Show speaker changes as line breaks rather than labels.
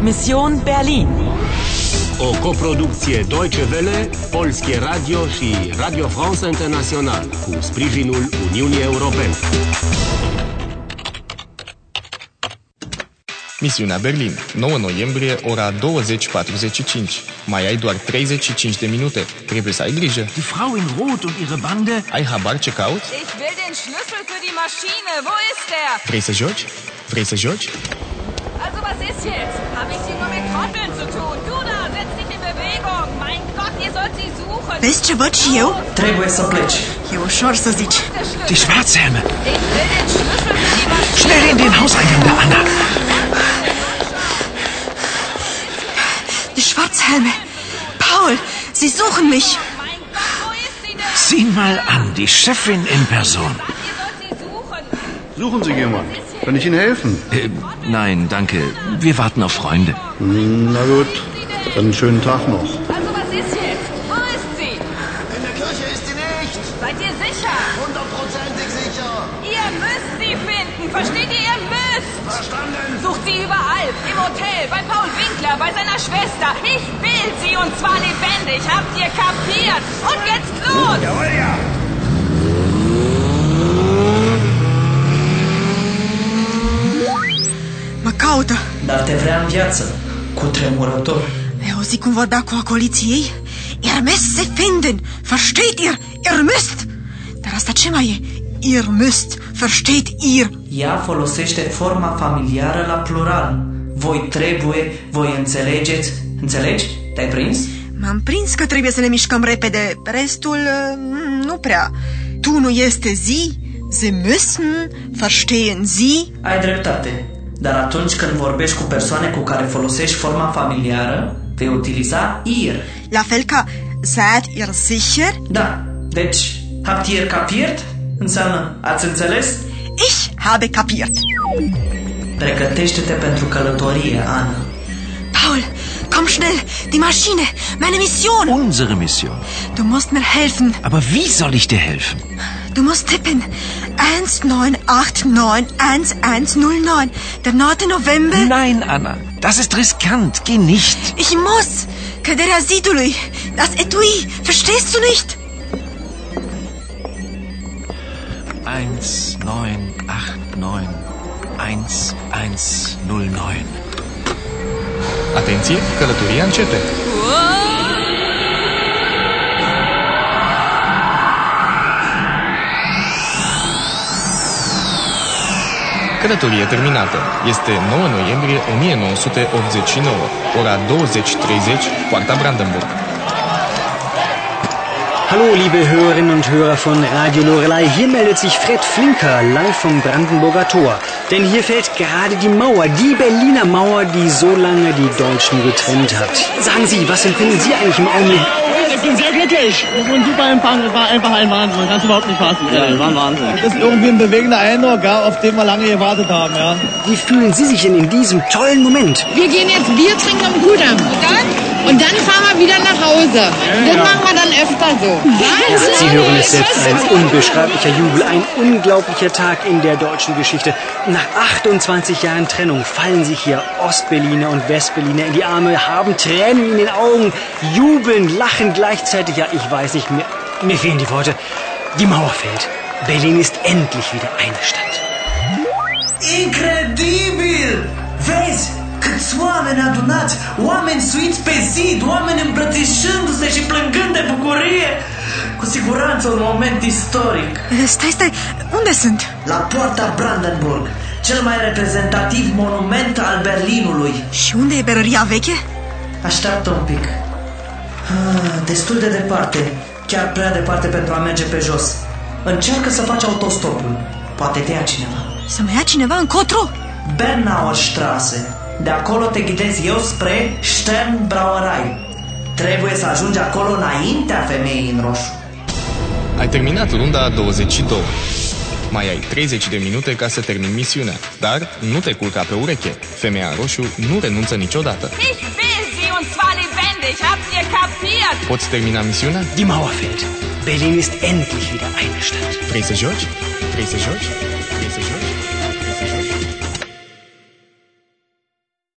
Mission Berlin.
O coproducție Deutsche Welle, Polskie Radio și Radio France International cu sprijinul Uniunii Europene.
Misiunea Berlin, 9 noiembrie, ora 20.45. Mai ai doar 35 de minute. Trebuie să ai grijă.
Die Frau in Rot und ihre Bande.
Ai habar ce cauți?
Ich will den Schlüssel für die Maschine. Wo ist der?
Vrei să joci? Vrei să joci?
Also was ist jetzt? Habe ich hier nur mit Trotteln zu tun? Du da, setz dich in Bewegung. Mein Gott, ihr sollt sie suchen. Oh,
Vezi ce văd și eu?
Trebuie să pleci.
E ușor să zici.
Der Schlüssel.
Die Schwarzhelme.
Ich will den Schlüssel für die Maschine.
Schnell in den Hauseingang der Anna.
Die Schwarzhelme. Paul, sie suchen mich.
Mein Gott, wo ist sie denn?
Zieh mal an, die Chefin in Person.
Ihr sollt sie suchen.
Suchen Sie jemanden. Kann ich Ihnen helfen?
Äh, nein, danke. Wir warten auf Freunde.
Hm, Na gut, dann einen schönen Tag noch.
Also was ist jetzt? Wo ist sie?
In der Kirche ist sie nicht!
Seid ihr sicher?
Hundertprozentig sicher!
Ihr müsst sie finden. Versteht ihr? Ihr müsst.
Verstanden?
Sucht sie überall. Im Hotel, bei Paul Winkler, bei seiner Schwester. Ich will sie und zwar lebendig. Habt ihr kapiert? Und jetzt los!
Jawohl, ja!
Mă caută.
Dar te vrea în viață. Cu tremurător.
Ai auzit cum vorbea cu acoliții ei? Ihr müsst se finden. Versteht ihr? Ihr müsst. Dar asta ce mai e? Ihr müsst. Versteht ihr?
Ea folosește forma familiară la plural. Voi trebuie, voi înțelegeți. Înțelegi? Te-ai prins?
M-am prins că trebuie să ne mișcăm repede. Restul, mm, nu prea. Tu nu este zi? Sie müssen. Verstehen Sie?
Ai dreptate. Dar atunci când vorbești cu persoane cu care folosești forma familiară, vei utiliza IR.
La fel ca seid ihr sicher?
Da. Deci, habt ihr kapiert? Înseamnă, ați înțeles?
Ich habe kapiert.
Pregătește-te pentru călătorie, Ana.
Paul, komm schnell, die Maschine, meine Mission.
Unsere Mission.
Du musst mir helfen.
Aber wie soll ich dir helfen?
Du musst tippen. 19891109. Der 9. November.
Nein, Anna. Das ist riskant. Geh nicht.
Ich muss. Căderea zidului. Das Etui. Verstehst du nicht?
1, 9, 8, 9. 1, 1, 0, 9.
Atenție, călătoria începe. Călătorie terminată. Este 9 noiembrie 1989, ora 20.30, Poarta Brandenburg.
Hallo, liebe Hörerinnen und Hörer von Radio Lorelei. Hier meldet sich Fred Flinker live vom Brandenburger Tor. Denn hier fällt gerade die Mauer, die Berliner Mauer, die so lange die Deutschen getrennt hat. Sagen Sie, was empfinden Sie eigentlich im Augenblick?
Ich bin sehr glücklich. Das war ein super Empfang. Das war einfach ein Wahnsinn. Man kann es überhaupt nicht fassen. Ja, war ein Wahnsinn. Das ist irgendwie ein bewegender Eindruck, ja, auf den wir lange gewartet haben. Ja.
Wie fühlen Sie sich denn in diesem tollen Moment?
Wir gehen jetzt Bier trinken am Kudamm. Und dann? Und dann fahren wir wieder nach Hause. Und das machen wir dann öfter so. Wahnsinn!
Sie hören es selbst, ein unbeschreiblicher Jubel, ein unglaublicher Tag in der deutschen Geschichte. Nach 28 Jahren Trennung fallen sich hier Ostberliner und Westberliner in die Arme, haben Tränen in den Augen, jubeln, lachen gleichzeitig. Ja, ich weiß nicht, mir, mir fehlen die Worte. Die Mauer fällt. Berlin ist endlich wieder eine Stadt.
Incredibil! Vezi? Câți oameni adunați, oameni suiți pe zid, oameni îmbrățișându-se și plângând de bucurie. Cu siguranță un moment istoric.
Stai, stai. Unde sunt?
La poarta Brandenburg, cel mai reprezentativ monument al Berlinului.
Și unde e berăria veche?
Așteaptă un pic. Ah, destul de departe, chiar prea departe pentru a merge pe jos. Încearcă să faci autostopul. Poate te ia cineva.
Să mă ia cineva încotro?
Bernauer Straße. De acolo te ghidez eu spre Sternbrauerei. Trebuie să ajungi acolo înaintea femeii în roșu.
Ai terminat runda 22. Mai ai 30 de minute ca să termin misiunea, dar nu te culca pe ureche. Femeia în roșu nu renunță niciodată.
Ich will sie und zwar lebendig. Habt ihr kapiert?
Poți termina misiunea?
Die Mauer fällt. Berlin ist endlich wieder eine Stadt.
Vrei să joci? Vrei să joci? Vrei să joci?